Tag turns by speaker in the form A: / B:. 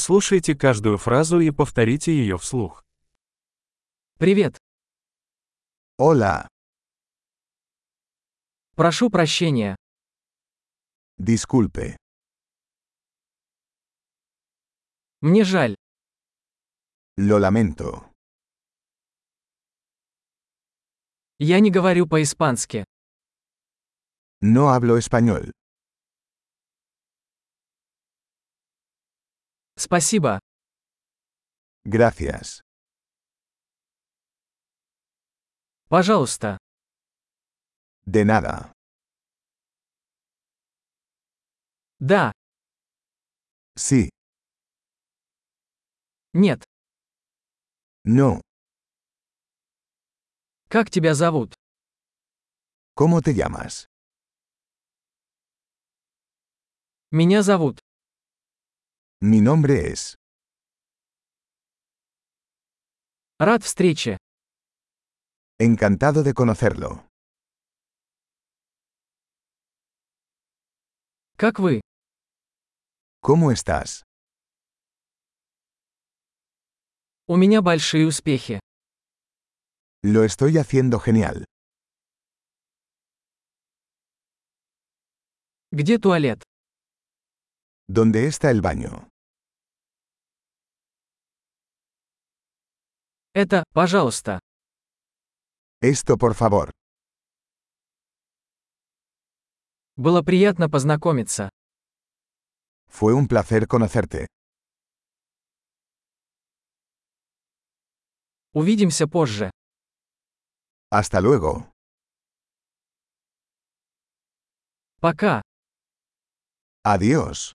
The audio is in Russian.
A: Прослушайте каждую фразу и повторите ее вслух.
B: Привет.
C: Hola,
B: Прошу прощения.
C: disculpe,
B: Мне жаль.
C: lo lamento.
B: Я не говорю по-испански.
C: No hablo español.
B: Спасибо.
C: Gracias.
B: Пожалуйста.
C: De nada.
B: Да.
C: Sí,
B: Нет.
C: no.
B: Как тебя зовут?
C: ¿Cómo te llamas?
B: Меня зовут.
C: Mi nombre es.
B: Рад встрече.
C: Encantado de conocerlo.
B: Как вы?
C: ¿Cómo estás?
B: У меня большие успехи.
C: Lo estoy haciendo genial.
B: Где туалет?
C: ¿Dónde está el baño?
B: Это, пожалуйста.
C: Esto, por favor.
B: Было приятно познакомиться.
C: Fue un placer conocerte.
B: Увидимся позже.
C: Hasta luego.
B: Пока.
C: Adiós.